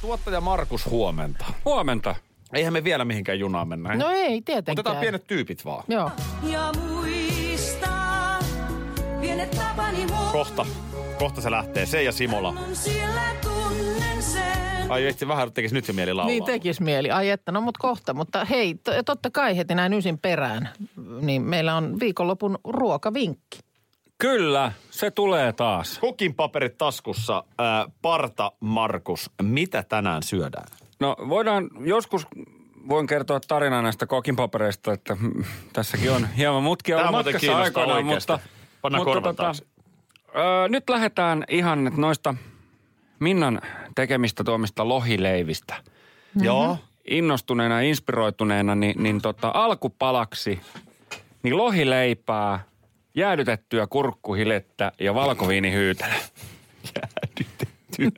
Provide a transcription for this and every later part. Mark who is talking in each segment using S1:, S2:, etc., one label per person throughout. S1: Tuottaja Markus, huomenta.
S2: Huomenta.
S1: Eihän me vielä mihinkään junaan mennä.
S3: No ei tietenkään.
S1: Otetaan pienet tyypit vaan.
S3: Joo.
S4: Ja muista, pienet tapani
S1: Kohta. Kohta se lähtee. Se ja Simola.
S4: siellä tunnen sen.
S1: Ai ehti vähän tekisi nyt jo mieli laulaa.
S3: Niin tekis mieli. Ai että, no mut kohta. Mutta hei, to- totta kai heti näin ysin perään, niin meillä on viikonlopun ruokavinkki.
S2: Kyllä, se tulee taas.
S1: Kukin paperit taskussa. Ää, parta Markus, mitä tänään syödään?
S2: No voidaan joskus, voin kertoa tarinaa näistä kokinpapereista, että mm, tässäkin on hieman mutkia
S1: Tämä
S2: ollut
S1: muuten
S2: matkassa
S1: kiinnostaa
S2: aikoinaan,
S1: oikeasti.
S2: mutta...
S1: Pannaan
S2: mutta
S1: korvan taakse.
S2: öö, nyt lähdetään ihan noista Minnan tekemistä tuomista lohileivistä.
S3: Mhm.
S1: Mm-hmm. Joo.
S2: Innostuneena, inspiroituneena, niin, niin tota, alkupalaksi niin lohileipää, jäädytettyä kurkkuhilettä ja valkoviinihyytelä.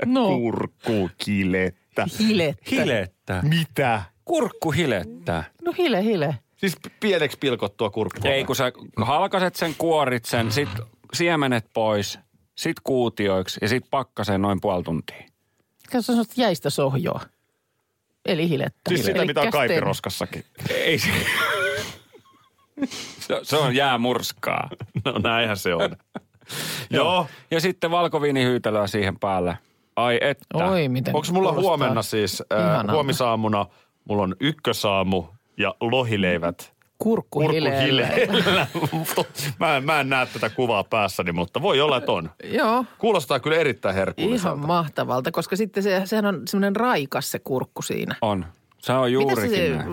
S3: No.
S1: Kurkkukilettä.
S3: Hilettä.
S2: Hilettä.
S1: Mitä?
S2: Kurkkuhilettä.
S3: No hile, hile.
S1: Siis p- pieneksi pilkottua kurkkua.
S2: Ei, kun sä halkaset sen, kuorit sen, sit siemenet pois, sit kuutioiksi ja sit pakkaseen noin puoli tuntia.
S3: Katso semmoista jäistä sohjoa. Eli hilettä.
S1: Siis sitä,
S3: Eli
S1: mitä on
S3: kästeen-
S1: kaipiroskassakin.
S2: Ei se... se, se on jäämurskaa.
S1: No näinhän se on. Joo.
S2: Ja sitten valkoviinihyytelöä siihen päälle. Ai että.
S3: Oi, miten
S1: Onko mulla
S3: kuulostaa.
S1: huomenna siis, äh,
S3: ihanalta.
S1: huomisaamuna, mulla on ykkösaamu ja
S3: Mm.
S1: lohileivät.
S3: Kurkkuhileellä.
S1: Kurkkuhileellä. mä, en, mä en näe tätä kuvaa päässäni, mutta voi olla, että on.
S3: Joo.
S1: Kuulostaa kyllä erittäin herkulliselta.
S3: Ihan mahtavalta, koska sitten se, sehän on semmoinen raikas se kurkku siinä.
S2: On. Se on
S3: Mitä se,
S2: juurikin
S3: se,
S2: näin.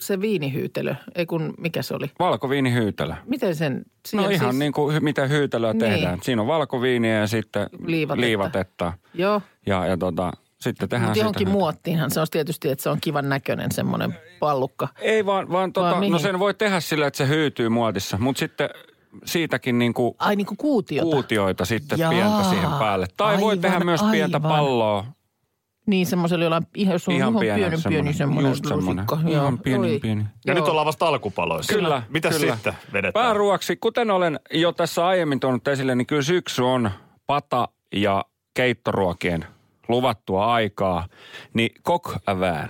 S3: se viinihyytelö, ei kun mikä se oli?
S2: Valkoviinihyytelö.
S3: Miten sen? siinä
S2: No
S3: on
S2: ihan
S3: siis-
S2: niin kuin hy- mitä hyytelöä
S3: Niin.
S2: tehdään. Siinä on valkoviiniä ja sitten
S3: Liivatetta.
S2: liivatetta.
S3: Joo.
S2: Ja, ja tota, sitten tehdään
S3: Mutta
S2: sitä
S3: johonkin
S2: hyytelöä.
S3: muottiinhan se on tietysti, että se on kivan näköinen semmoinen pallukka.
S2: Ei vaan, vaan tota,
S3: mihin?
S2: no sen voi tehdä sillä, että se hyytyy muotissa, mutta sitten siitäkin niinku
S3: Ai niin kuin kuutiota.
S2: kuutioita sitten
S3: Jaa.
S2: pientä siihen päälle. Tai aivan, voi
S3: Aivan,
S2: tehdä myös pientä
S3: aivan.
S2: palloa.
S3: Niin semmoisella jollain, ihan, jos on
S2: Ihan
S3: ihan
S2: pienen
S3: pienen pieni
S2: semmoinen,
S3: semmoinen
S2: just semmoinen.
S3: lusikka.
S2: Ihan
S3: Joo,
S2: pieni,
S3: oi.
S2: pieni.
S1: Ja
S3: Joo.
S1: nyt ollaan vasta alkupaloissa.
S2: Kyllä.
S1: Mitä
S2: kyllä.
S1: sitten vedetään?
S2: Pääruoksi, kuten olen jo tässä aiemmin tuonut esille, niin kyllä syksy on pata- ja keittoruokien luvattua aikaa. Niin kokvään.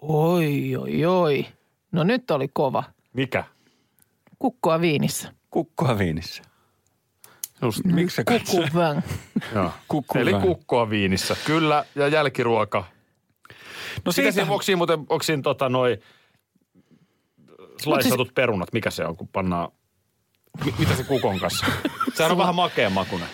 S3: Oi, oi, oi. No nyt oli kova.
S1: Mikä?
S3: Kukkoa viinissä.
S2: Kukkoa viinissä.
S1: Just.
S3: No.
S2: Miksi se
S3: Kukku
S2: katsoo?
S3: vang.
S1: Joo.
S2: Kukku
S1: Eli
S2: vähän.
S1: kukkoa viinissä, kyllä. Ja jälkiruoka.
S2: No
S1: Mitä
S2: siitä,
S1: siinä, onko siinä muuten, onko siinä tota noi slaissatut perunat, mikä se on, kun pannaan, mi- mitä se kukon kanssa? Sehän on vähän makeen makunen.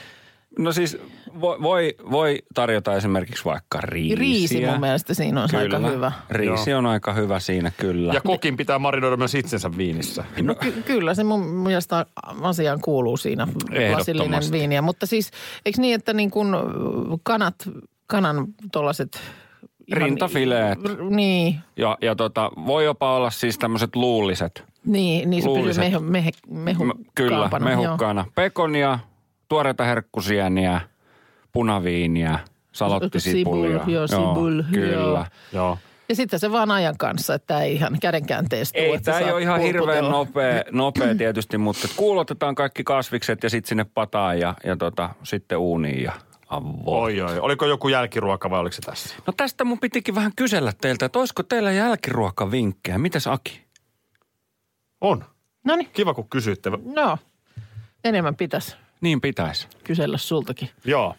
S2: no siis voi, voi, voi tarjota esimerkiksi vaikka riisiä.
S3: Riisi mun mielestä siinä on se aika
S2: Kyllä.
S3: hyvä.
S2: Riisi on aika hyvä siinä, kyllä.
S1: Ja kokin pitää marinoida myös itsensä viinissä.
S3: No ky- kyllä se mun mielestä asiaan kuuluu siinä lasillinen
S2: Ehdottomasti.
S3: viiniä. Mutta siis eikö niin, että niin kun ö, kanat, kanan tuollaiset...
S2: Rintafileet.
S3: Niin,
S2: Ja, ja tota, voi jopa olla siis tämmöiset luulliset.
S3: niin, niin se pysyy
S2: Luuliset.
S3: mehu, mehe, mehu,
S2: M- No, Kyllä,
S3: kaapana, joo.
S2: mehukkaana. Pekonia, tuoreita herkkusieniä, punaviiniä, salottisipulia.
S3: Sipul, joo, sipul, joo.
S2: Kyllä.
S1: Joo.
S3: Ja sitten se vaan ajan kanssa, että ei ihan kädenkäänteessä tuu,
S2: Ei,
S3: että
S2: tämä ei
S3: sä
S2: ole
S3: saat
S2: ihan hirveän
S3: pulputella.
S2: nopea, nopea tietysti, mutta kuulotetaan kaikki kasvikset ja sitten sinne pataan ja, ja tota, sitten uuniin ja avoon.
S1: Oi, oi. Oliko joku jälkiruoka vai oliko se tässä?
S2: No tästä mun pitikin vähän kysellä teiltä, että olisiko teillä jälkiruokavinkkejä? Mitäs Aki?
S1: On.
S3: Noniin,
S1: Kiva, kun kysyitte.
S3: no niin, enemmän pitäisi
S2: Niin pitäisi.
S3: kysellä sultakin.
S1: Joo.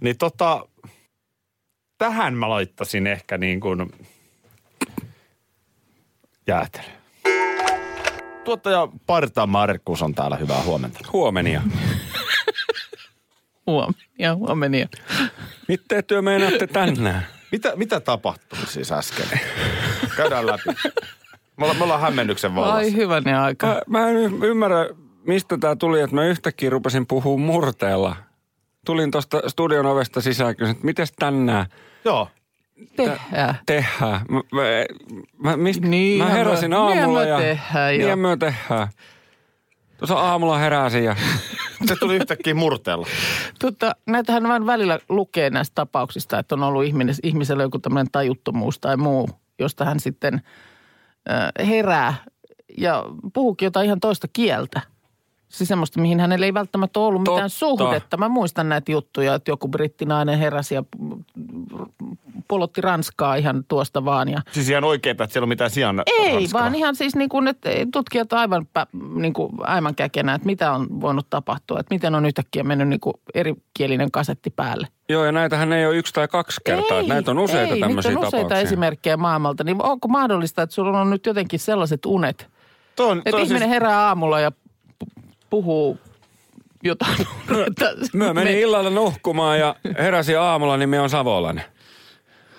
S1: Niin tota, tähän mä laittasin ehkä niin kuin jäätelö. Tuottaja Parta Markus on täällä, hyvää huomenta.
S2: Huomenia.
S3: Huomenna, huomenna.
S2: Mitä työ meinaatte tänään?
S1: Mitä, mitä tapahtui siis äsken? Käydään läpi. Me ollaan, me ollaan hämmennyksen vallassa.
S3: Ai hyvänen aika.
S2: Mä, mä en y- ymmärrä, mistä tämä tuli, että mä yhtäkkiä rupesin puhua murteella. Tulin tuosta studion ovesta sisään ja kysyin, että mites tänään?
S1: Joo.
S3: Tehdään.
S2: Tehdään. Mä, mä, mä, mist,
S3: Niin,
S2: mä
S3: ja
S2: heräsin
S3: mä-
S2: aamulla
S3: niin ja
S2: ja...
S3: mä tehdään, joo.
S2: Niin ja mä tehdään. Tuossa aamulla heräsin ja...
S1: Se tuli yhtäkkiä murteella.
S3: Tota, näitähän vain välillä lukee näistä tapauksista, että on ollut ihminen, ihmisellä joku tämmöinen tajuttomuus tai muu, josta hän sitten ö, herää ja puhuukin jotain ihan toista kieltä. Siis semmoista, mihin hänellä ei välttämättä ollut mitään
S2: Totta.
S3: suhdetta. Mä muistan näitä juttuja, että joku brittinainen heräsi ja polotti Ranskaa ihan tuosta vaan ja –
S1: Siis ihan oikeeta, että siellä on mitään sijaan
S3: Ei, vaan ihan siis niin kuin, että tutkijat on aivan, pä- niin kuin, aivan käkenä, että mitä on voinut tapahtua, että miten on yhtäkkiä mennyt niin kuin erikielinen kasetti päälle.
S2: Joo, ja näitähän ei ole yksi tai kaksi kertaa. että näitä on useita
S3: ei,
S2: tämmöisiä
S3: nyt on
S2: tapauksia.
S3: useita esimerkkejä maailmalta, niin onko mahdollista, että sulla on nyt jotenkin sellaiset unet,
S1: Toi on,
S3: että
S1: toi on
S3: ihminen
S1: siis,
S3: herää aamulla ja pu- puhuu jotain.
S2: Mä menin illalla nukkumaan ja heräsin aamulla, niin me on savolainen.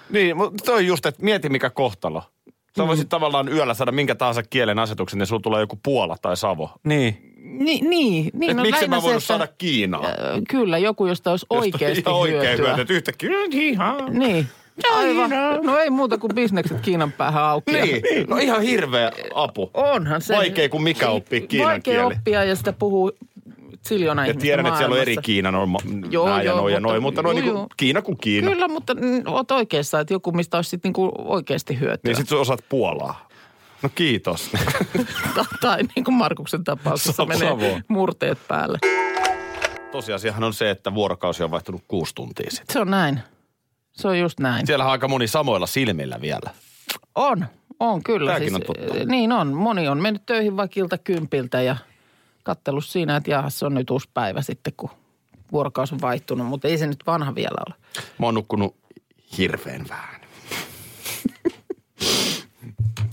S1: niin, mutta toi on just, että mieti mikä kohtalo.
S3: Mm-hmm.
S1: Sä voisit tavallaan yöllä saada minkä tahansa kielen asetuksen, niin sulla tulee joku Puola tai Savo.
S2: Niin.
S3: Niin, niin, niin
S1: Et
S3: no
S1: miksi
S3: lähinnä
S1: mä voinut
S3: se,
S1: saada
S3: että-
S1: Kiinaa?
S3: Ö, Kyllä, joku, josta olisi oikeasti
S1: Ihan oikein
S3: hyötyä.
S1: hyötyä. Että yhtäkkiä, "Mm, ihan.
S3: Niin. Aivan. No ei muuta kuin bisnekset Kiinan päähän auki.
S1: Niin,
S3: Ja-
S1: no ihan hirveä apu.
S3: Onhan se.
S1: Vaikea kuin mikä oppii kiinan
S3: Vaikea
S1: kieli.
S3: oppia ja sitä puhuu siljoina
S1: Ja tiedän, että siellä on eri Kiina, no,
S3: Joo,
S1: joo, nää
S3: joo,
S1: ja noi ja
S3: mutta-
S1: noi, mutta noin
S3: juu,
S1: niinku
S3: juu.
S1: Kiina kuin Kiina.
S3: Kyllä, mutta mm, oot oikeassa, että joku, mistä olisi sitten niinku oikeasti hyötyä.
S1: Niin sit sä osaat Puolaa. No kiitos.
S3: tai niin kuin Markuksen tapauksessa
S1: Savo-
S3: menee
S1: Savo.
S3: murteet päälle.
S1: Tosiasiahan on se, että vuorokausi on vaihtunut kuusi tuntia sitten.
S3: Se on näin. Se on just näin.
S1: Siellä on aika moni samoilla silmillä vielä.
S3: On, on kyllä.
S1: Tääkin on totta.
S3: eh, Niin on, moni on mennyt töihin vaikilta kympiltä ja kattellut siinä, että jahas se on nyt uusi päivä sitten, kun vuorokausi on vaihtunut, mutta ei se nyt vanha vielä ole.
S1: Mä oon nukkunut hirveän vähän.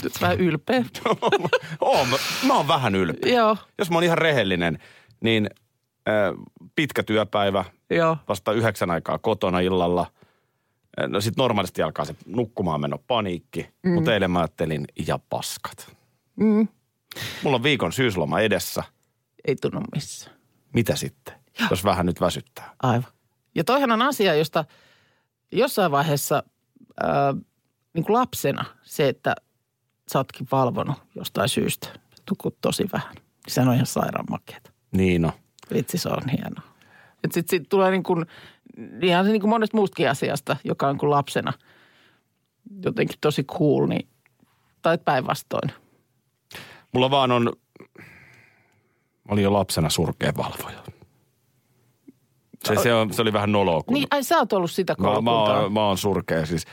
S3: Nyt vähän ylpeä.
S1: oon, mä, mä oon vähän ylpeä.
S3: Joo,
S1: Jos mä oon ihan rehellinen, niin äh, pitkä työpäivä,
S3: joo.
S1: vasta yhdeksän aikaa kotona illalla. Äh, No sit normaalisti alkaa se nukkumaan meno paniikki, mm. mutta eilen mä ajattelin, ja paskat. Mm. Mulla on viikon syysloma edessä.
S3: Ei tunnu missään.
S1: Mitä sitten, jos vähän nyt väsyttää?
S3: Aivan. Ja toihan on asia, josta jossain vaiheessa ää, niin kuin lapsena se, että sä ootkin valvonut jostain syystä. Tukut tosi vähän. Se on ihan sairaan makeeta.
S1: Niin no.
S3: Vitsi, se on hienoa. Sitten sit, sit tulee niin kuin, ihan se niin kuin monesta muustakin asiasta, joka on kuin lapsena jotenkin tosi cool, niin, tai päinvastoin.
S1: Mulla vaan on, mä olin jo lapsena surkea valvoja. Se, se, on, se oli vähän noloa, kun
S3: Niin, ai sä oot ollut sitä
S1: Mä, mä,
S3: koulukuntaa.
S1: oon, mä oon surkea. Siis,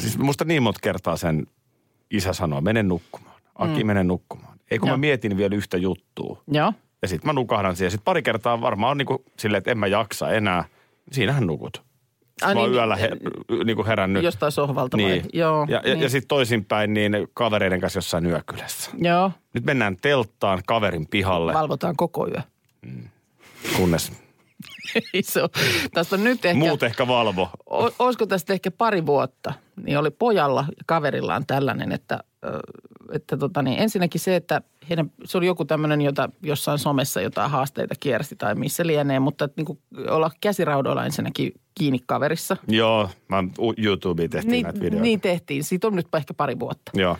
S1: siis musta niin monta kertaa sen isä sanoo, mene nukkumaan. Aki, mm. mene nukkumaan. Ei kun
S3: Joo.
S1: mä mietin vielä yhtä juttua.
S3: Joo,
S1: Ja sit mä nukahdan siihen. Sit pari kertaa varmaan on niinku silleen, että en mä jaksa enää. Siinähän nukut.
S3: Ai
S1: Ai mä oon
S3: niin,
S1: niin, yöllä he, niinku herännyt.
S3: jostain sohvalta
S1: niin.
S3: vai? Joo,
S1: ja, ja,
S3: niin.
S1: ja sit toisinpäin niin kavereiden kanssa jossain yökylässä.
S3: Joo,
S1: Nyt mennään telttaan kaverin pihalle,
S3: valvotaan koko yö.
S1: kunnes
S3: Ei se ole. Tästä on nyt ehkä...
S1: muut ehkä valvo.
S3: O- olisiko tästä ehkä pari vuotta, niin oli pojalla ja kaverillaan tällainen, että, ö, että tota niin, ensinnäkin se, että heidän, se oli joku tämmöinen, jota jossain somessa jotain haasteita kiersi tai missä lienee, mutta että niin kuin olla käsiraudoilla ensinnäkin kiinni kaverissa.
S1: Joo, mä u- YouTubeen tehtiin niin, näitä videoita.
S3: niin tehtiin. Siitä on nyt ehkä pari vuotta.
S1: Joo.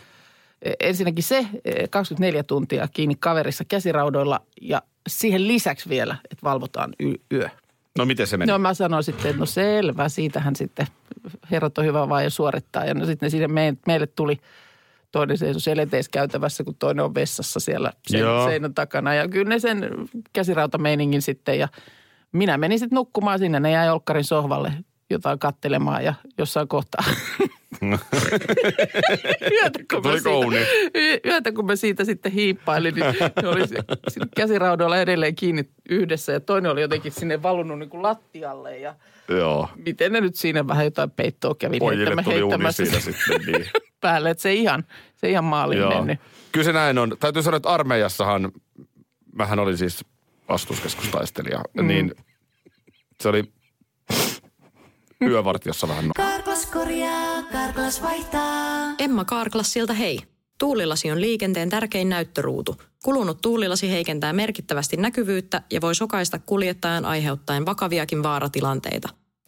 S3: E- Ensinnäkin se e, 24 tuntia kiinni kaverissa käsiraudoilla ja siihen lisäksi vielä, että valvotaan y- yö.
S1: No miten se meni?
S3: No mä sanoin sitten, että no selvä, siitähän sitten herrat on hyvä vaan jo suorittaa. Ja no sitten ne siinä me, meille tuli, toinen seisoi seleteiskäytävässä, kun toinen on vessassa siellä sen,
S1: Joo.
S3: seinän takana. Ja kyllä ne sen käsirautameiningin sitten ja minä menin sitten nukkumaan sinne. Ne jäi Olkkarin sohvalle jotain kattelemaan ja jossain kohtaa yötä, kun mä
S1: Tuli kouni.
S3: siitä, yötä, kun mä siitä sitten hiippailin, niin ne oli si- siinä käsiraudoilla edelleen kiinni yhdessä ja toinen oli jotenkin sinne valunut niin kuin lattialle ja
S1: Joo.
S3: miten ne nyt siinä vähän jotain peittoa kävi niin
S1: Pojille
S3: heittämä-
S1: tuli uni
S3: heittämässä
S1: siinä
S3: sen
S1: sitten, niin.
S3: päälle, että se ei ihan, se ei ihan maaliin
S1: Joo.
S3: mennyt.
S1: Kyllä se näin on. Täytyy sanoa, että armeijassahan, mähän olin siis vastuuskeskustaistelija, mm. niin se oli yövartiossa vähän no.
S5: Karklas korjaa, Karklas vaihtaa.
S6: Emma Karklas siltä hei. Tuulilasi on liikenteen tärkein näyttöruutu. Kulunut tuulilasi heikentää merkittävästi näkyvyyttä ja voi sokaista kuljettajan aiheuttaen vakaviakin vaaratilanteita.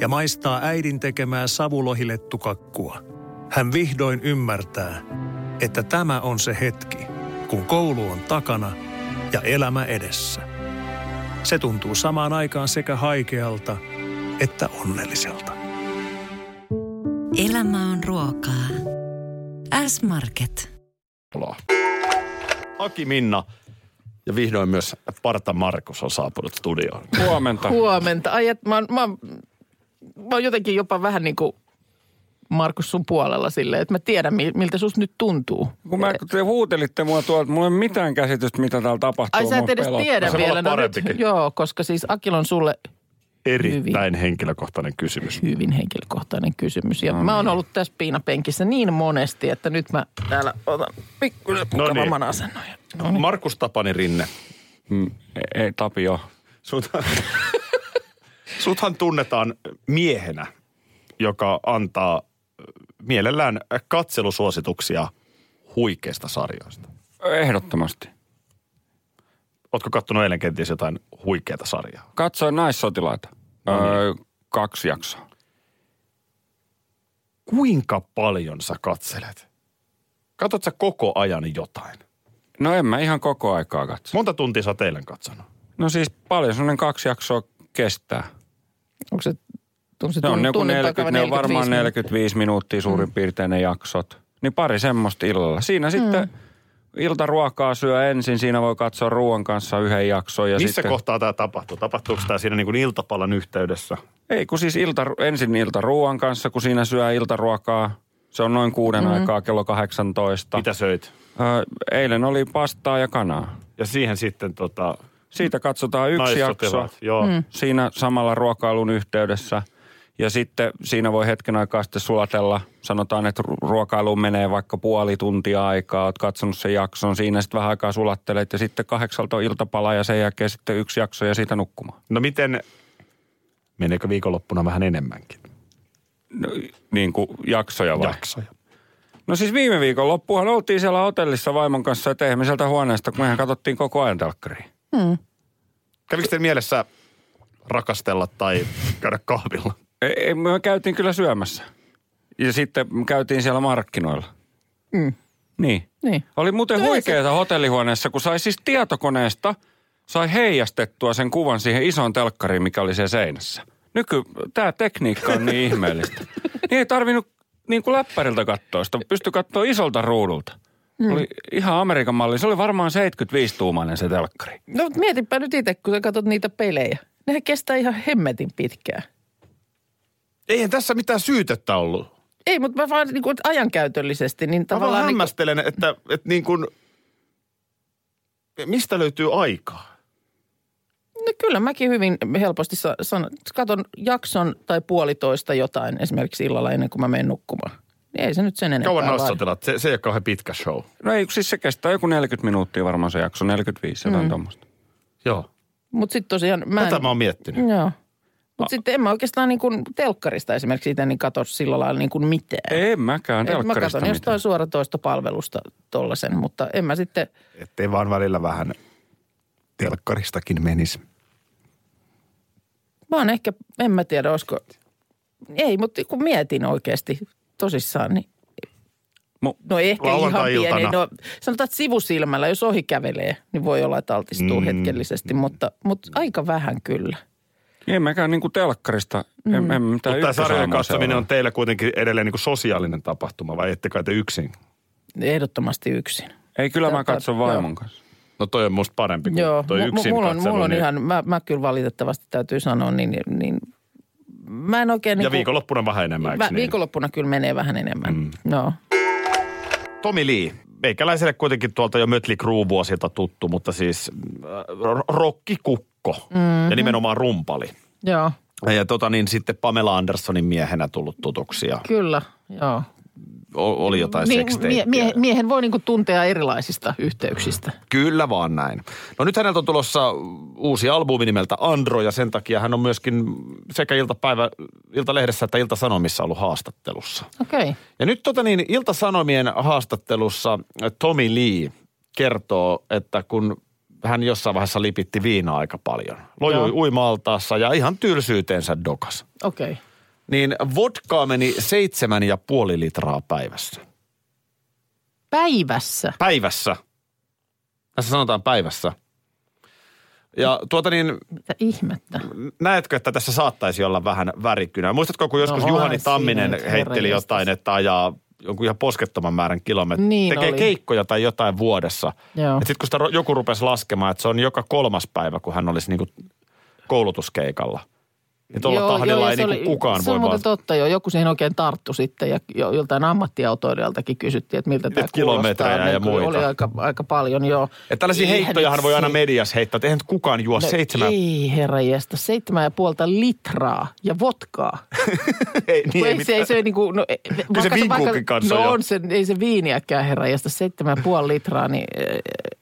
S7: ja maistaa äidin tekemää savulohilettukakkua, hän vihdoin ymmärtää, että tämä on se hetki, kun koulu on takana ja elämä edessä. Se tuntuu samaan aikaan sekä haikealta että onnelliselta.
S5: Elämä on ruokaa. S-Market.
S1: Aki Minna ja vihdoin myös Parta Markus on saapunut studioon.
S2: Huomenta.
S3: Huomenta. Ai, et, mä, oon- mä, oon- mä oon jotenkin jopa vähän niin kuin Markus sun puolella silleen, että mä tiedän mi- miltä sus nyt tuntuu.
S2: Kun mä, kun te huutelitte mua tuolta, mulla ei ole mitään käsitystä, mitä täällä tapahtuu.
S3: Ai sä et
S2: Mua
S3: edes
S2: pelottaa.
S3: tiedä
S1: Se voi
S3: vielä. no
S1: olla
S3: nyt-
S1: parempikin.
S3: joo, koska siis Akil on sulle
S1: Erittäin henkilökohtainen kysymys.
S3: hyvin henkilökohtainen kysymys.
S1: No
S3: Ja mä
S1: niin.
S3: oon ollut tässä piinapenkissä niin monesti, että nyt mä täällä otan pikkuinen
S1: No niin.
S3: mukavamman asennon. ja-
S1: Markus Tapani Rinne.
S2: Mm, ei, ei, Tapio.
S1: Suthan, suthan tunnetaan miehenä, joka antaa mielellään katselusuosituksia huikeista sarjoista.
S2: Ehdottomasti.
S1: Ootko kattonut eilen kenties jotain huikeata sarjaa?
S2: Katsoin naissotilaita. Öö, kaksi jaksoa.
S1: Kuinka paljon sä katselet? Katot sä koko ajan jotain?
S2: No en mä ihan koko aikaa katso.
S1: Monta tuntia sä oot eilen katsonut?
S2: No siis paljon sellainen kaksi jaksoa kestää.
S3: Onko se, onko se
S2: Ne on,
S3: tunnin,
S2: joku
S3: tunnin
S2: 40,
S3: takava
S2: ne on
S3: 45
S2: varmaan
S3: minuuttia?
S2: 45 minuuttia suurin piirtein ne jaksot. Niin pari semmoista illalla. Siinä sitten iltaruokaa syö ensin, siinä voi katsoa ruoan kanssa yhden jakson. Ja
S1: Missä
S2: sitten,
S1: kohtaa tämä tapahtuu? Tapahtuuko tämä siinä niin kuin iltapalan yhteydessä?
S2: Ei, kun siis ilta, ensin iltaruoan kanssa, kun siinä syö iltaruokaa. Se on noin kuuden aikaa kello 18.
S1: Mitä söit?
S2: Ö, eilen oli pastaa ja kanaa.
S1: Ja siihen sitten tota,
S2: Siitä katsotaan yksi jakso.
S1: naissotilaat. Joo. Mm.
S2: siinä samalla ruokailun yhteydessä. Ja sitten siinä voi hetken aikaa sitten sulatella. Sanotaan, että ru- ruokailuun menee vaikka puoli tuntia aikaa, oot katsonut sen jakson. Siinä sitten vähän aikaa sulattelet ja sitten kahdeksalta on iltapala ja sen jälkeen sitten yksi jakso ja siitä nukkumaan.
S1: No miten, meneekö viikonloppuna vähän enemmänkin?
S2: No, niin kuin jaksoja vai?
S1: Jaksoja.
S2: No siis viime viikon loppuhan oltiin siellä hotellissa vaimon kanssa ja teimme sieltä huoneesta, kun mehän katsottiin koko ajan telkkaria.
S1: Kävikö teidän mielessä rakastella tai käydä kahvilla?
S2: Ei, ei, me käytiin kyllä syömässä. Ja sitten me käytiin siellä markkinoilla. Mm. Niin.
S3: Niin.
S2: Oli muuten huikeeta hotellihuoneessa, kun sai siis tietokoneesta, sai heijastettua sen kuvan siihen isoon telkkariin, mikä oli siellä seinässä. Nyky, tämä tekniikka on niin ihmeellistä. Niin ei tarvinnut niin kuin läppäriltä katsoa sitä, pystyi katsoa isolta ruudulta. Mm. Oli ihan Amerikan malli. Se oli varmaan 75-tuumainen se telkkari.
S3: No mut mietipä nyt itse, kun sä katsot niitä pelejä. Nehän kestää ihan hemmetin pitkään.
S1: Eihän tässä mitään syytettä ollut.
S3: Ei, mutta mä vaan niin kuin, ajankäytöllisesti, niin
S1: Mä vaan
S3: tavallaan... Niin,
S1: hämmästelen, että, että niin kuin, mistä löytyy aikaa?
S3: no kyllä mäkin hyvin helposti sa- sanon, katon jakson tai puolitoista jotain esimerkiksi illalla ennen kuin mä menen nukkumaan. Niin Ei se nyt sen enempää
S1: Kauan
S3: vaadi.
S1: nassotelat? Se, se ei ole kauhean pitkä show.
S2: No ei, siis se kestää joku 40 minuuttia varmaan se jakso, 45 jotain mm. tuommoista.
S1: Joo.
S3: Mutta sitten tosiaan mä en... Mm.
S1: Tätä mä oon miettinyt.
S3: Joo. Mutta sitten en mä oikeastaan niin kuin telkkarista esimerkiksi itse niin katso sillä lailla niin kuin mitään.
S2: En mäkään
S3: Et mä
S2: telkkarista
S3: katson
S2: mitään.
S3: jostain suoratoistopalvelusta tollasen, mutta en mä sitten...
S1: Ettei vaan välillä vähän telkkaristakin menisi.
S3: Mä oon ehkä, en mä tiedä, olisiko... Ei, mutta kun mietin oikeasti tosissaan, niin...
S2: Mu-
S3: No ehkä ihan
S1: lauantai-iltana.
S3: pieni. No, sanotaan, että sivusilmällä, jos ohi kävelee, niin voi olla, että altistuu mm. hetkellisesti, mutta, mutta aika vähän kyllä.
S2: Ei mäkään niinku telkkarista. Mm. En, en mitään
S1: Mutta tämä
S2: yhtä
S1: sarjan
S2: sarjaa
S1: katsominen
S2: seuraa.
S1: on teillä kuitenkin edelleen niin kuin sosiaalinen tapahtuma, vai ette kai te yksin?
S3: Ehdottomasti yksin.
S2: Ei, kyllä mä
S3: Telkkar-
S2: katson vaimon kanssa.
S1: No toi on musta parempi kuin
S3: Joo,
S1: toi
S3: mu- mu-
S1: yksin
S3: mulla on,
S1: katselu,
S3: mulla on
S1: niin-
S3: ihan, mä, mä kyllä valitettavasti täytyy sanoa, niin, niin mä en oikein...
S1: Ja
S3: niinku-
S1: viikonloppuna vähän enemmän, eikö
S3: Vä-
S1: niin?
S3: Viikonloppuna kyllä menee vähän enemmän. Mm. No.
S1: Tomi Lee, meikäläiselle kuitenkin tuolta jo Mötli Crue-vuosilta tuttu, mutta siis äh, rokkikukko mm-hmm.
S3: Mhm.
S1: ja nimenomaan rumpali.
S3: Joo,
S1: Ja tota niin sitten Pamela Andersonin miehenä tullut tutuksi ja
S3: kyllä, joo.
S1: o- oli jotain niin,
S3: mie,
S1: seksteikkiä.
S3: mie, miehen voi niinku tuntea erilaisista yhteyksistä.
S1: Kyllä vaan näin. No nyt häneltä on tulossa uusi albumi nimeltä Andro ja sen takia hän on myöskin sekä iltapäivä, Iltalehdessä että Iltasanomissa ollut haastattelussa.
S3: Okei,
S1: Ja nyt tota niin, Ilta-Sanomien haastattelussa Tommy Lee kertoo, että kun hän jossain vaiheessa lipitti viinaa aika paljon. Lojui
S3: Joo.
S1: uimaltaassa ja ihan tylsyyteensä dokas.
S3: okei.
S1: Niin vodkaa meni seitsemän ja puoli litraa päivässä.
S3: Päivässä.
S1: Päivässä. Tässä sanotaan päivässä. Ja tuota niin,
S3: Mitä ihmettä?
S1: näetkö, että tässä saattaisi olla vähän värikynää? Muistatko, kun joskus
S3: No
S1: no,
S3: onhan
S1: Juhani
S3: siinä
S1: Tamminen
S3: nyt,
S1: heitteli
S3: herranjestas.
S1: jotain, että ajaa jonkun ihan poskettoman määrän kilometriä.
S3: Niin
S1: tekee
S3: oli.
S1: keikkoja tai jotain vuodessa.
S3: Joo.
S1: Sitten kun sitä ro- joku rupesi laskemaan, että se on joka kolmas päivä, kun hän olisi niinku koulutuskeikalla. Niin tuolla joo, tahdilla
S3: ja
S1: ei
S3: se
S1: niinku kukaan
S3: Se on
S1: voi
S3: muuten
S1: vaan...
S3: totta jo. Joku siihen oikein tarttu sitten ja jo, joltain ammattiautoilijaltakin kysyttiin, että miltä tämä
S1: Niitä kilometrejä
S3: kuulostaa.
S1: ja
S3: Niin kyllä
S1: muita.
S3: Oli aika, aika paljon, joo.
S1: Että tällaisia
S3: Eihän
S1: heittojahan
S3: nyt
S1: voi aina
S3: se-
S1: mediassa heittää, että eihän nyt kukaan juo no, seitsemän...
S3: Ei herra jästä, seitsemän ja puolta litraa ja votkaa.
S1: ei,
S3: Niin, ei, se,
S1: mitään.
S3: ei se ei niinku, no, e- vaikka
S1: vinkuukin
S3: vaikka-
S1: kanssa
S3: No
S1: jo.
S3: on se, ei se viiniäkään herra jästä, seitsemän ja puoli litraa, niin e- e-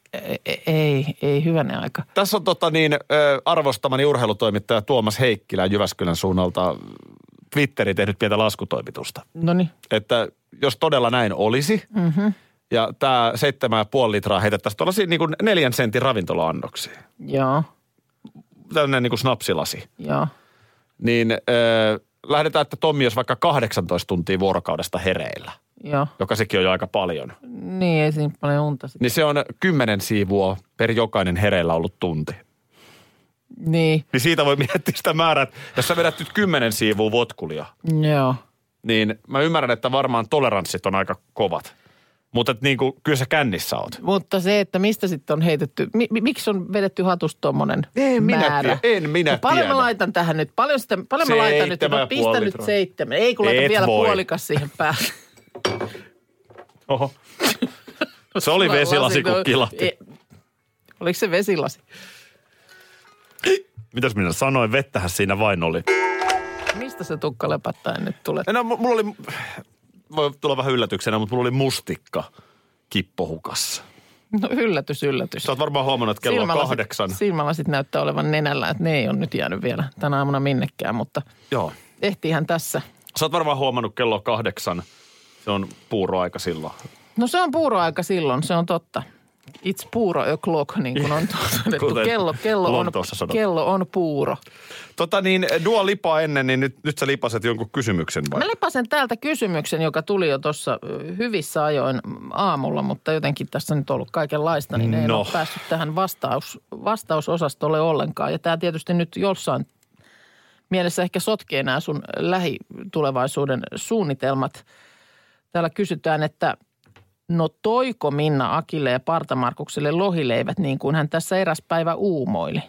S3: ei, ei hyvänä aika.
S1: Tässä on tota niin, ö, arvostamani urheilutoimittaja Tuomas Heikkilä Jyväskylän suunnalta Twitteri tehnyt pientä laskutoimitusta.
S3: No niin,
S1: Että jos todella näin olisi, mm-hmm. ja tämä 7,5 litraa heitettäisiin tuollaisiin niin kuin neljän sentin ravintolaannoksiin,
S3: joo,
S1: tällainen niin kuin snapsilasi,
S3: joo.
S1: niin ö, lähdetään, että Tommi olisi vaikka 18 tuntia vuorokaudesta hereillä,
S3: Joo,
S1: joka sekin on jo aika paljon.
S3: niin ei siinä paljon unta sitten.
S1: Niin se on 10 siivua per jokainen hereillä ollut tunti.
S3: Niin,
S1: Niin siitä voi miettiä sitä määrää, että jos sä vedät nyt 10 siivua votkulia,
S3: joo.
S1: niin mä ymmärrän, että varmaan toleranssit on aika kovat. Mutta et niinku, kyllä sä kännissä oot.
S3: Mutta se, että mistä sitten on heitetty, mi, mi- miksi on vedetty hatusta tuommoinen
S1: En minä
S3: määrä?
S1: tiedä, en minä
S3: no, paljon
S1: tiedä.
S3: mä laitan tähän nyt, paljon, sitä, paljon mä laitan nyt,
S1: Seitsemän ja
S3: mä
S1: puoli
S3: pistän nyt
S1: litraa.
S3: seitsemän. Ei kun laita
S1: Et
S3: vielä
S1: voi.
S3: puolikas siihen päälle.
S1: Oho. Se oli vesilasi, kun
S3: Lasit-
S1: kilahti.
S3: E- Oliko se vesilasi?
S1: Mitäs minä sanoin? Vettähän siinä vain oli.
S3: Mistä se tukka lepattaa nyt tulee?
S1: No, mu- mulla oli, voi tulla vähän yllätyksenä, mutta mulla oli mustikka kippohukassa.
S3: No yllätys, yllätys.
S1: Sä oot varmaan huomannut, että kello on
S3: Silmälasit-
S1: kahdeksan.
S3: Silmälasit näyttää olevan nenällä, että ne ei ole nyt jäänyt vielä tänä aamuna minnekään, mutta
S1: Joo.
S3: ehtiihän tässä.
S1: Sä oot varmaan huomannut kello on kahdeksan. Se on puuroaika silloin.
S3: No se on puuroaika silloin, se on totta. It's puuro o'clock, niin kuin on todettu.
S1: Kuten
S3: Kello, kello, on,
S1: Lontoossa sanotaan.
S3: kello on puuro.
S1: Tota niin, Dua lipaa ennen, niin nyt, nyt sä lipaset jonkun kysymyksen vai?
S3: Mä lepasen täältä kysymyksen, joka tuli jo tuossa ö, hyvissä ajoin aamulla, mutta jotenkin tässä on nyt ollut kaikenlaista, niin ei
S1: No.
S3: ole päässyt tähän vastaus, vastausosastolle ollenkaan. Ja tämä tietysti nyt jossain mielessä ehkä sotkee nämä sun lähitulevaisuuden suunnitelmat. Täällä kysytään, että no toiko Minna Akille ja Partamarkukselle lohileivät niin kuin hän tässä eräs päivä uumoili?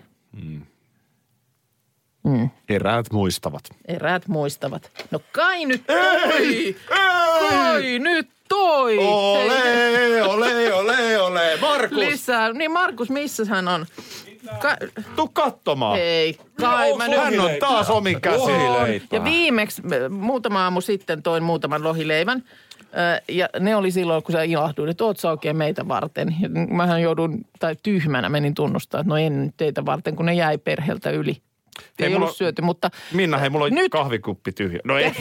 S1: Eräät muistavat.
S3: Eräät muistavat. No kai nyt toi! Kai nyt toi! Tein-
S1: Ole, ole, ole, ole. Markus,
S3: Lisää. Niin Markus, missä hän on? Ka-
S1: tuu katsomaan.
S3: ei, kai mä nyt...
S1: Ah. Hän on taas omin käsin.
S3: Ja viimeksi ö, muutama aamu sitten toin muutaman lohileivän. Ö, Ja ne oli silloin, kun sä ilahduin, että oot sä oikein meitä varten. Ja mähän joudun, tai tyhmänä menin tunnustaa, että no en nyt teitä varten, kun ne jäi perheeltä yli. Ei,
S1: mulla
S3: ollut
S1: on-
S3: syöty, mutta
S1: Minna, hei, mulla on
S3: Nyt.
S1: kahvikuppi tyhjä. No ei.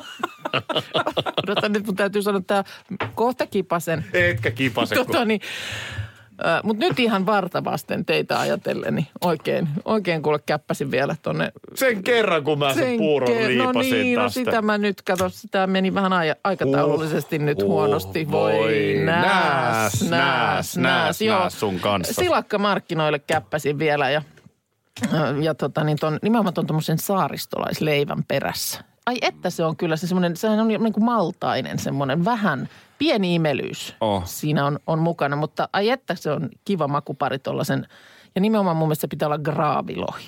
S3: odota nyt, mun täytyy sanoa, että tää kohta kipasen.
S1: Etkä kipase. kun-
S3: Tota niin, mutta nyt ihan varta vasten teitä ajatellen, niin oikein, oikein kuule käppäsin vielä tonne.
S1: Sen kerran, kun mä sen
S3: niin- Sen
S1: puuron
S3: ke- no
S1: liipasin
S3: niin, no
S1: tästä.
S3: sitä mä nyt, kato, sitä meni vähän aja, aikataulullisesti
S1: Uh,
S3: nyt
S1: uh,
S3: huonosti. Voi,
S1: voi
S3: nääs,
S1: nääs,
S3: nääs,
S1: nääs,
S3: nääs,
S1: nääs
S3: joo.
S1: sun kanssa.
S3: Silakkamarkkinoille käppäsin vielä ja, ja tota, niin ton, nimenomaan ton tommosen saaristolaisleivän perässä. Ai että se on kyllä se semmoinen, sehän on niin kuin maltainen semmoinen vähän pieni imelyys
S2: Oh.
S3: siinä on, on mukana. Mutta ai että se on kiva makupari tuollaisen. Ja nimenomaan mun mielestä se pitää olla graavilohi.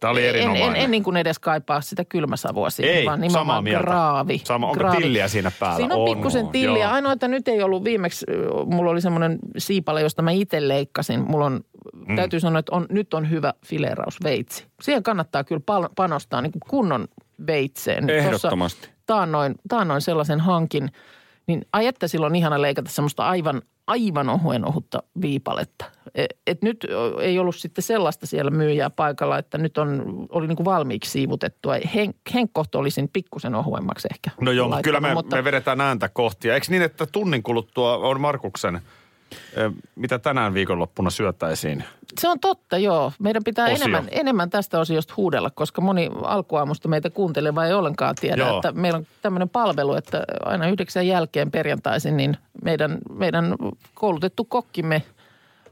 S8: Tämä oli
S3: en,
S8: erinomainen.
S3: en, en niin kuin edes kaipaa sitä kylmäsavua siihen,
S1: Ei,
S3: vaan nimenomaan
S1: samaa mieltä.
S3: graavi.
S1: Sama, onko
S3: graavi.
S1: tilliä siinä päällä?
S3: Siinä on, pikkusen tilliä.
S1: joo.
S3: Ainoa, että nyt ei ollut viimeksi, ö, mulla oli semmoinen siipale, josta mä itse leikkasin. Mulla on, mm. täytyy sanoa, että on, nyt on hyvä fileerausveitsi. Siihen kannattaa kyllä pal- panostaa niin kuin kunnon veitseen. Niin tossa
S2: Ehdottomasti.
S3: Taannoin, taannoin sellaisen hankin, niin ai että silloin on ihana leikata semmoista aivan, aivan ohuen ohutta viipaletta. Et, et nyt ö, ei ollut sitten sellaista siellä myyjää paikalla, että nyt on, oli niin kuin valmiiksi siivutettua. Hen, henkkohto olisin pikkusen ohuemmaksi ehkä.
S1: No joo, mutta
S3: laittanut,
S1: kyllä me, mutta... me vedetään ääntä kohti. Ja Eikö niin, että tunnin kuluttua on Markuksen, ö, mitä tänään viikonloppuna syötäisiin?
S3: Se on totta, joo. Meidän pitää
S1: Osio.
S3: enemmän, enemmän tästä osiosta huudella, koska moni alkuaamusta meitä kuunteleva ei ollenkaan tiedä,
S1: Joo.
S3: joo. että meillä on tämmöinen palvelu, että aina yhdeksän jälkeen perjantaisin, niin meidän, meidän koulutettu kokkimme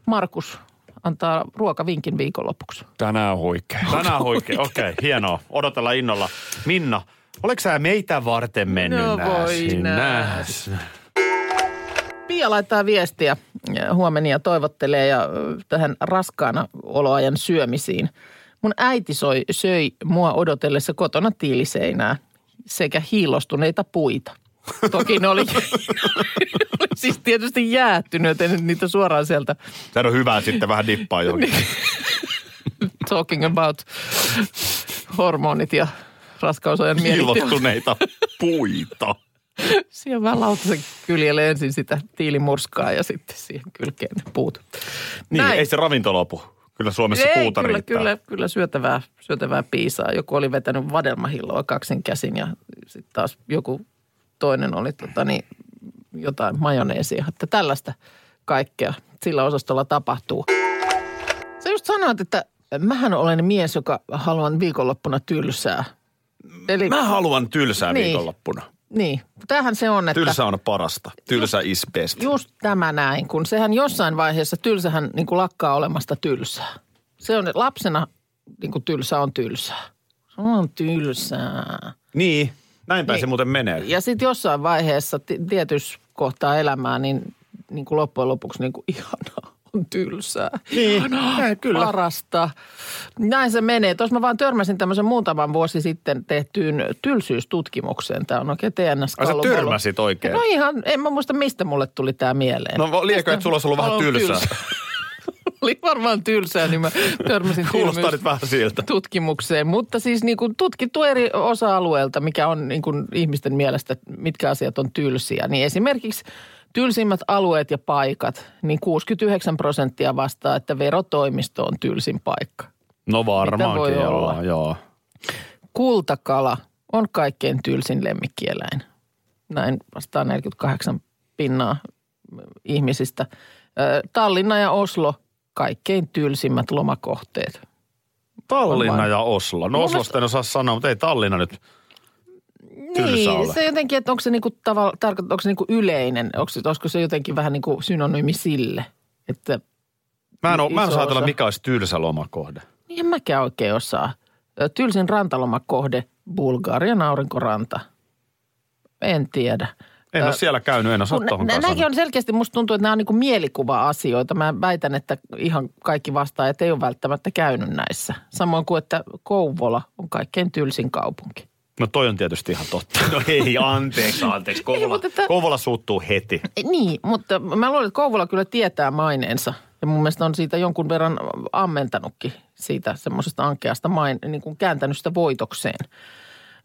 S3: Markus antaa ruokavinkin viikonlopuksi.
S2: Tänään huikea.
S1: Tänään huikea. Okei, okay, hienoa. Odotella innolla. Minna, oletko sä meitä varten mennyt
S3: No
S1: nääsi?
S3: voi
S1: Nääs.
S3: Pia laittaa viestiä ja huomenia toivottelee ja ö, tähän raskaana oloajan syömisiin. Mun äiti soi, söi mua odotellessa kotona tiiliseinää sekä hiilostuneita puita. Toki ne oli, ne oli siis tietysti jäätynyt, joten en niitä suoraan sieltä
S1: Tämä on hyvä sitten vähän dippaa
S3: Niin,
S1: johonkin.
S3: talking about hormonit ja raskausajan mielitilat.
S1: Ilottuneita puita.
S3: Siihen vähän lautasen kyljelle ensin sitä tiilimurskaa ja sitten siihen kylkeen ne puut.
S1: Niin,
S3: Näin.
S1: ei se ravinto lopu. Kyllä Suomessa
S3: Ei,
S1: puuta
S3: kyllä,
S1: riittää.
S3: kyllä, kyllä syötävää, syötävää piisaa. Joku oli vetänyt vadelmahilloa kaksin käsin ja sitten taas joku toinen oli tota, niin, jotain majoneesia. Että tällaista kaikkea sillä osastolla tapahtuu. Sä just sanoit, että mähän olen mies, joka haluan viikonloppuna tylsää. Eli,
S1: Mä haluan tylsää
S3: Niin.
S1: viikonloppuna.
S3: niin, tämähän se on, että...
S1: Tylsä on parasta. Tylsä is best.
S3: Just tämä näin, kun sehän jossain vaiheessa tylsähän niin kuin lakkaa olemasta tylsää. Se on, että lapsena niin kuin tylsä on tylsää. Se on tylsää.
S1: Niin, näinpä
S3: Niin.
S1: se muuten menee.
S3: Ja sitten jossain vaiheessa ti- tietyssä kohtaa elämää, niin, niin kuin loppujen lopuksi niin kuin ihanaa on tylsää.
S1: Niin,
S3: Ihanaa, kyllä. parasta. Näin se menee. Tuossa mä vaan törmäsin tämmöisen muutaman vuosi sitten tehtyyn tylsyystutkimukseen. Tämä on oikein TNS
S1: Ai sä
S3: Gallupolun.
S1: törmäsit oikein.
S3: No ihan, en mä muista mistä mulle tuli tämä mieleen.
S1: No liekö, että sulla olisi ollut vähän
S3: Haluan
S1: tylsää.
S3: tylsää. oli varmaan tylsää, niin mä törmäsin
S1: Kuulostaa
S3: tylmyys-
S1: nyt vähän siltä.
S3: tutkimukseen. Mutta siis niin kuin tutkittu eri osa-alueilta, mikä on niin kuin ihmisten mielestä, mitkä asiat on tylsiä. Niin esimerkiksi tylsimmät alueet ja paikat, niin 69 prosenttia vastaa, että verotoimisto on tylsin paikka.
S1: No varmaankin,
S3: voi
S1: joo,
S3: olla?
S1: joo.
S3: Kultakala on kaikkein tylsin lemmikkieläin. Näin vastaa 48 pinnaa mm, ihmisistä. Ö, Tallinna ja Oslo, kaikkein tylsimmät lomakohteet.
S1: Tallinna
S3: Varmaan.
S1: ja Oslo. No
S3: Mun
S1: Oslosta en osaa sanoa, mutta ei Tallinna nyt. Tylsä ole.
S3: Niin, se jotenkin, että onko se, niinku tavalla, tarkoittaa, onko se niinku yleinen, onko se, olisiko se jotenkin vähän niinku synonyymi sille, että
S1: Mä en, oo- mä en
S3: Iso
S1: osaa ajatella,
S3: osa.
S1: mikä olisi tylsä lomakohde.
S3: niin en mäkään oikein osaa. Ö, Tylsin rantalomakohde, Bulgarian aurinkoranta. En tiedä.
S1: En ole siellä käynyt, en osaa
S3: Kun nä-
S1: tuohon
S3: nä- Nämäkin on selkeästi, musta tuntuu, että nämä on niin mielikuva-asioita. Mä väitän, että ihan kaikki vastaajat ei ole välttämättä käynyt näissä. Samoin kuin, että Kouvola on kaikkein tylsin kaupunki.
S1: No toi on tietysti ihan totta. No ei, tota- anteeksi, anteiksi. Kouvola,
S3: mutta tää-
S1: Kouvola suuttuu heti.
S3: Ei, Niin, mutta mä luulen, että Kouvola kyllä tietää maineensa. Ja mun mielestä on siitä jonkun verran ammentanutkin siitä semmoisesta ankeasta main, niin kuin kääntänyt sitä voitokseen.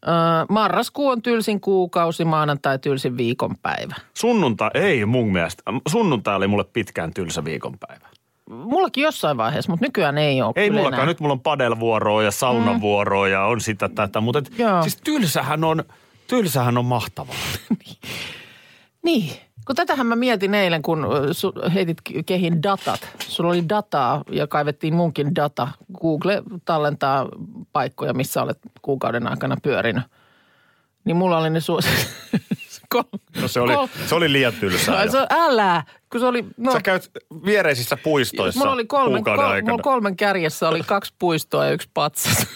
S3: Öö, marraskuu on tylsin kuukausi, maanantai tylsin viikonpäivä.
S1: Sunnuntai, ei mun mielestä. Sunnuntai oli mulle pitkään tylsä viikonpäivä.
S3: Mullakin jossain vaiheessa, mutta nykyään ei ole.
S1: Ei
S3: kyllä
S1: mullakaan.
S3: enää.
S1: Nyt mulla on padelvuoroa ja saunavuoroa ja on sitä tätä. Mutta et,
S3: Joo.
S1: siis tylsähän on, tylsähän on mahtavaa.
S3: Niin. Kun tätähän mä mietin eilen, kun ö, su, heitit kehin datat. Sulla oli dataa ja kaivettiin munkin data. Google tallentaa paikkoja, missä olet kuukauden aikana pyörinyt. Niin mulla oli ne suos...
S1: No se oli,
S3: Kol-
S1: No, se oli liian tylsää.
S3: Ai,
S1: jo.
S3: se, älä! Kun se oli... No,
S1: Sä käyt viereisissä puistoissa
S3: mulla oli kolmen,
S1: kuukauden
S3: kol,
S1: aikana.
S3: mulla kolmen kärjessä oli kaksi puistoa ja yksi patsas.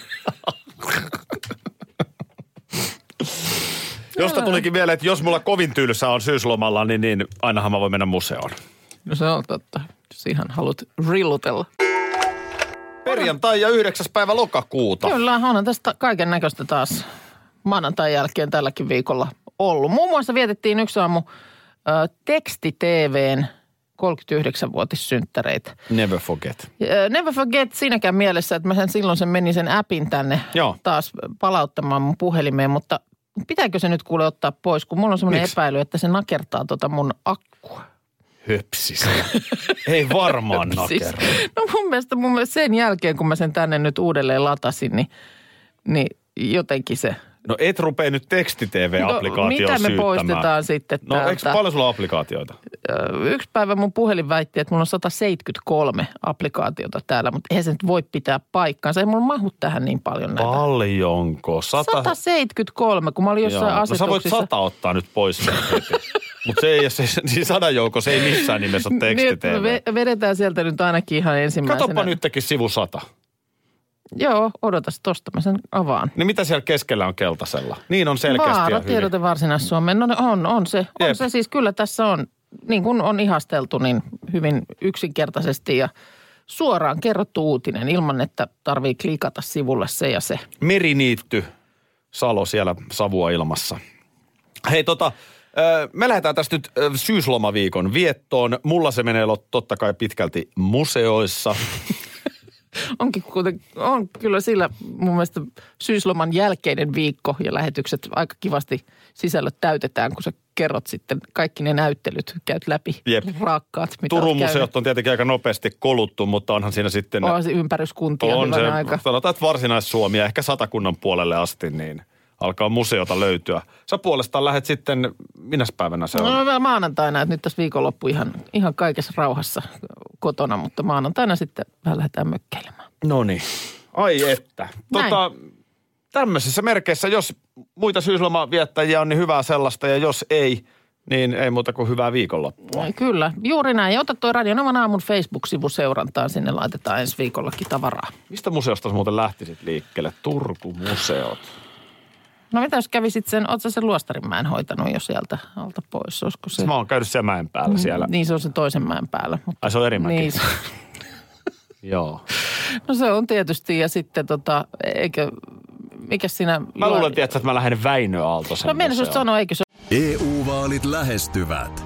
S1: Josta tulikin vielä, että jos mulla kovin tylsää on syyslomalla, niin, niin ainahan mä voin mennä museoon.
S3: No se on totta, jos ihan haluat rillutella.
S1: Perjantai ja 9. päivä lokakuuta.
S3: Kyllä, onhan tästä kaiken näköistä taas maanantain jälkeen tälläkin viikolla ollut. Muun muassa vietettiin yksi aamu ö, teksti-TVn 39-vuotissynttäreitä.
S1: Never forget.
S3: Ö, Never forget siinäkään mielessä, että mä sen silloin sen menin sen appin tänne
S1: Joo.
S3: taas palauttamaan mun puhelimeen, mutta pitääkö se nyt kuule ottaa pois, kun mulla on semmoinen
S1: Miksi?
S3: epäily, että se nakertaa tota mun akkua.
S1: Höpsis. Ei varmaan
S3: Siis-
S1: nakera.
S3: No mun mielestä, mun mielestä sen jälkeen, kun mä sen tänne nyt uudelleen latasin, niin, niin jotenkin se...
S1: No et rupee nyt
S3: No,
S1: teksti-tv-applikaatioon
S3: mitä me
S1: syyttämään.
S3: poistetaan sitten
S1: No eikö
S3: täältä?
S1: paljon sulla applikaatioita?
S3: Ö, Yksi päivä mun puhelin väitti, että mulla on 173 applikaatiota täällä, mutta eihän se nyt voi pitää paikkaansa. Ei mulla mahu tähän niin paljon näitä.
S1: Paljonko? Sata...
S3: 173, kun mä olin jossain
S1: Joo. No sä voit
S3: asetuksissa.
S1: sata ottaa nyt pois. Mutta se ei ole se, siis sadan joukossa ei missään nimessä ole
S3: Niin, että
S1: teksti-tv.
S3: me ve- vedetään sieltä nyt ainakin ihan ensimmäisenä.
S1: Katoppa nytkin sivu sata.
S3: Joo, odotas tosta, mä sen avaan.
S1: Niin mitä siellä keskellä on keltaisella? Niin on selkeästi ja
S3: Vaara
S1: hyvin.
S3: tiedote Varsinais-Suomeen. No ne on, on se. On
S1: Jep.
S3: se siis kyllä tässä on, niin kuin on ihasteltu, niin hyvin yksinkertaisesti ja suoraan kerrottu uutinen ilman, että tarvii klikata sivulle se ja se.
S1: meriniitty Salo siellä savua ilmassa. Hei tota, ö, me lähdetään tästä nyt ö, syyslomaviikon viettoon. Mulla se menee lo- totta kai pitkälti museoissa.
S3: Onkin kuten, on kyllä sillä mun mielestä syysloman jälkeinen viikko ja lähetykset aika kivasti sisällöt täytetään, kun sä kerrot sitten kaikki ne näyttelyt, käyt läpi
S1: Jep.
S3: raakkaat, mitä
S1: Turun
S3: oot käynyt.
S1: museot on tietenkin aika nopeasti koluttu, mutta onhan siinä sitten...
S3: Onhan se ympäryskuntia
S1: on
S3: hyvänen
S1: se,
S3: aika.
S1: sanotaan, että varsinais-Suomi ja ehkä satakunnan puolelle asti, niin alkaa museota löytyä. Sä puolestaan lähet sitten, minä päivänä se on?
S3: No vielä maanantaina, että nyt tässä viikonloppu ihan, ihan kaikessa rauhassa kotona, mutta maanantaina sitten vähän lähdetään mökkeilemään.
S1: No niin. Ai että.
S3: Näin.
S1: Tota, tämmöisissä merkeissä, jos muita syyslomaviettäjiä on, niin hyvää sellaista. Ja jos ei, niin ei muuta kuin hyvää viikonloppua.
S3: No, kyllä, juuri näin. Ja ota toi Radionovan aamun Facebook-sivu seurantaan, sinne laitetaan ensi viikollakin tavaraa.
S1: Mistä museosta sä muuten lähtisit liikkeelle? Turku-museot.
S3: No mitä jos kävisit sen, ootko sä sen Luostarinmäen hoitanut jo sieltä alta pois, olisiko se?
S1: Siis Mä oon käynyt siellä mäen päällä siellä.
S3: Niin se on se toisen mäen päällä. Mutta...
S1: Ai se on eri mäki.
S3: Niin, se-
S1: Joo.
S3: no se on tietysti ja sitten tota, eikö, mikä siinä...
S1: Mä luulen, tietysti, että mä lähden Väinö Aaltosen
S3: Mä meinasin just sanoa, eikö se
S9: EU-vaalit E lähestyvät.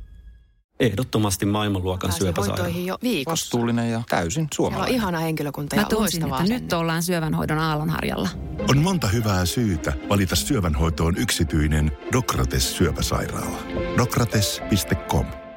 S2: Ehdottomasti maailmanluokan syöpäsairaala.
S6: jo viikossa.
S10: Vastuullinen ja täysin
S6: Siellä on
S10: suomalainen.
S6: ihana henkilökunta
S5: Mä
S6: ja
S5: tunsin,
S6: loistavaa
S5: että nyt ollaan syövänhoidon aallonharjalla.
S7: On monta hyvää syytä valita syövänhoitoon yksityinen Dokrates syöpäsairaala. Dokrates.com